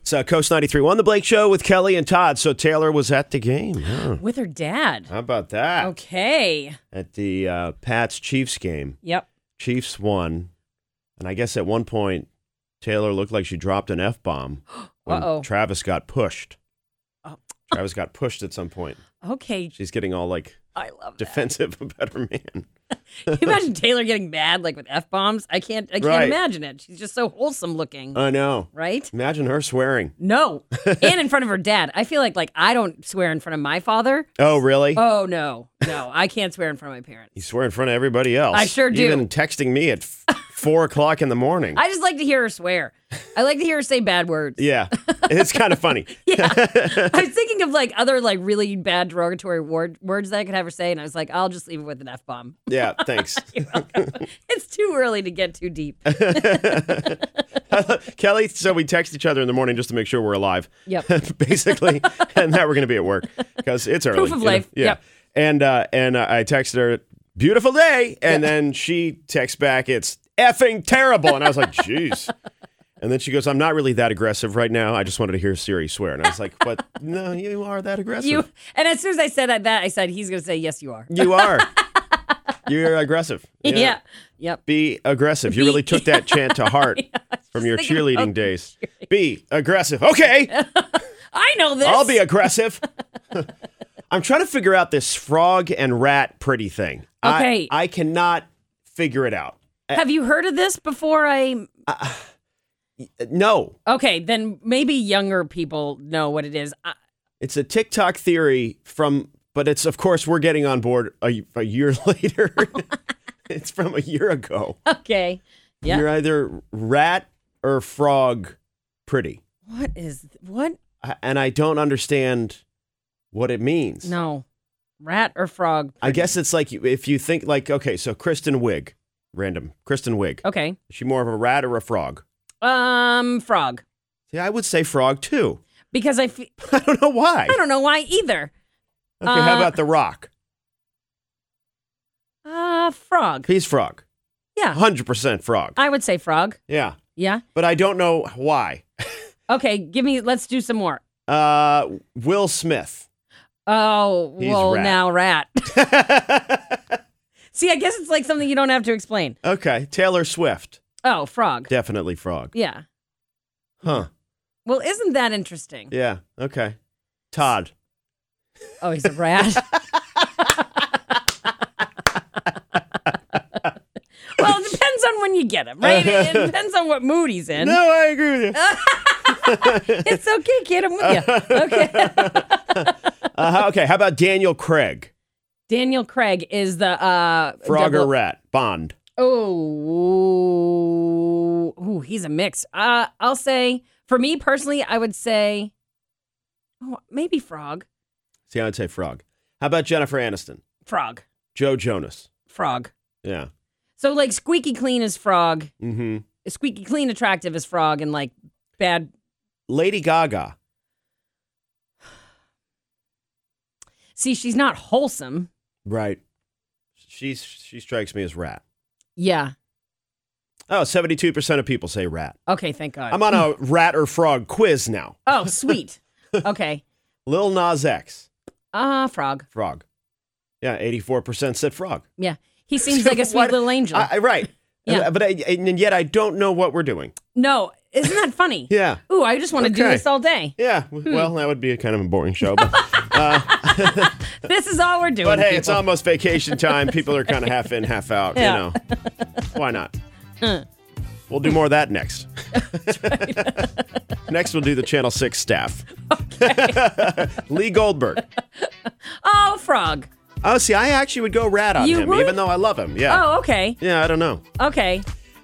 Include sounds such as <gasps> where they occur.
It's uh, Coast 93.1, The Blake Show with Kelly and Todd. So Taylor was at the game. Yeah. with <laughs> her dad. How about that? Okay. At the uh, Pats Chiefs game, Yep. Chiefs won. And I guess at one point, Taylor looked like she dropped an F <gasps> bomb when Uh-oh. Travis got pushed. Oh. Travis got pushed at some point. Okay. She's getting all <laughs> like I love that. defensive <laughs> about her man. Can you imagine Taylor getting mad like with f bombs? I can't. I can't Right. Uh. imagine it. She's just so wholesome looking, I know. right? Imagine her swearing. <laughs> No, and in front of her dad. I feel like like I don't swear in front of my father. Oh, really? Oh no, no, I can't swear in front of my parents. You swear in front of everybody else. I sure do. Even texting me at <laughs> f- four o'clock in the morning. I just like to hear her swear. I like to hear her say bad words. <laughs> yeah, it's kind of funny. I was thinking of like other like really bad derogatory word, words that I could have her say, and I was like, I'll just leave it with an f bomb. <laughs> Yeah, thanks. It's too early to get too deep. Kelly, so we text each other in the morning just to make sure we're alive. <laughs> Yep. Basically, and that we're going to be at work because it's early. Proof of you know? life. Yeah. Yep. And uh, and uh, I texted her, beautiful day. And then she texts back, it's effing terrible. And I was <laughs> like, jeez. And then she goes, I'm not really that aggressive right now. I just wanted to hear Siri swear. And I was like, but no, you are that aggressive. You and as soon as I said that, I said he's going to say yes, you are. You <laughs> are. You're aggressive. Yeah. Yep. Be aggressive. You really took that chant <laughs> to heart from your thinking about cheerleading days. Be aggressive. Okay. I know this. I'll be <laughs> aggressive. I'm trying to figure out this frog and rat pretty thing. I- Okay. I, cannot figure it out. Have you heard of this before? I Uh, No. okay. Then maybe younger people know what it is. I, It's a TikTok theory from, but it's, of course, we're getting on board a, a year <laughs> <laughs> later. it's from a year ago. okay. Yeah. You're either rat or frog pretty. What is what? I- and I don't understand what it means. No, rat or frog? I guess it's like you- if you think like okay, so Kristen Wiig, random Kristen Wiig, Okay. is she more of a rat or a frog? Um, frog. Yeah, I would say frog too. <laughs> Because I fe- I don't know why. I don't know why either. okay, how uh, about the Rock? Uh, frog. He's frog, Yeah, hundred percent frog. I would say frog. yeah, Yeah. but I don't know why. Okay. Give me. Let's do some more. Uh, Will Smith. <laughs> Oh, He's well, rat. now rat. <laughs> See, I guess it's like something you don't have to explain. okay, Taylor Swift, Oh, frog. definitely frog. Yeah. Huh? Well, isn't that interesting? Yeah. Okay. Todd. Oh, he's <laughs> a rat. well, it depends on when you get him, right? It depends on what mood he's in. No, I agree with you. It's okay, kid. I'm with you. Okay. <laughs> Uh, how- okay, how about Daniel Craig? Daniel Craig is the uh Frog or double- rat? Bond. Oh, ooh, he's a mix. Uh, I'll say for me personally, I would say, oh, maybe frog, See, I would say frog. How about Jennifer Aniston? frog, Joe Jonas. frog. Yeah. So like squeaky clean is frog, Mm-hmm. squeaky clean attractive is frog, and like bad. Lady Gaga. See, she's not wholesome. Right. She's she strikes me as rat. Yeah. Oh, 72% of people say rat. Okay. Thank God. I'm on a rat or frog quiz now. <laughs> oh, sweet. okay. Lil Nas X. Ah, frog. Frog. Yeah, 84% said frog. Yeah. <laughs> He seems like a sweet What- little angel. I, I- right. Uh, Yeah. But I, and yet I don't know what we're doing. no, isn't that <laughs> funny? Yeah. Ooh, I just want to do Okay. this all day. Yeah. w- Well, that would be a kind of a boring show. But uh, This is all we're doing. But hey, it's people. almost vacation time. People are kind of half in, half out. You Yeah. know, why not? we'll do more of that <laughs> next. next, we'll do the Channel 6 staff. <laughs> Lee Goldberg. Oh, frog. Oh, see, I actually would go rat on You him, would? even though I love him. Yeah. Oh, okay. Yeah, I don't know. Okay.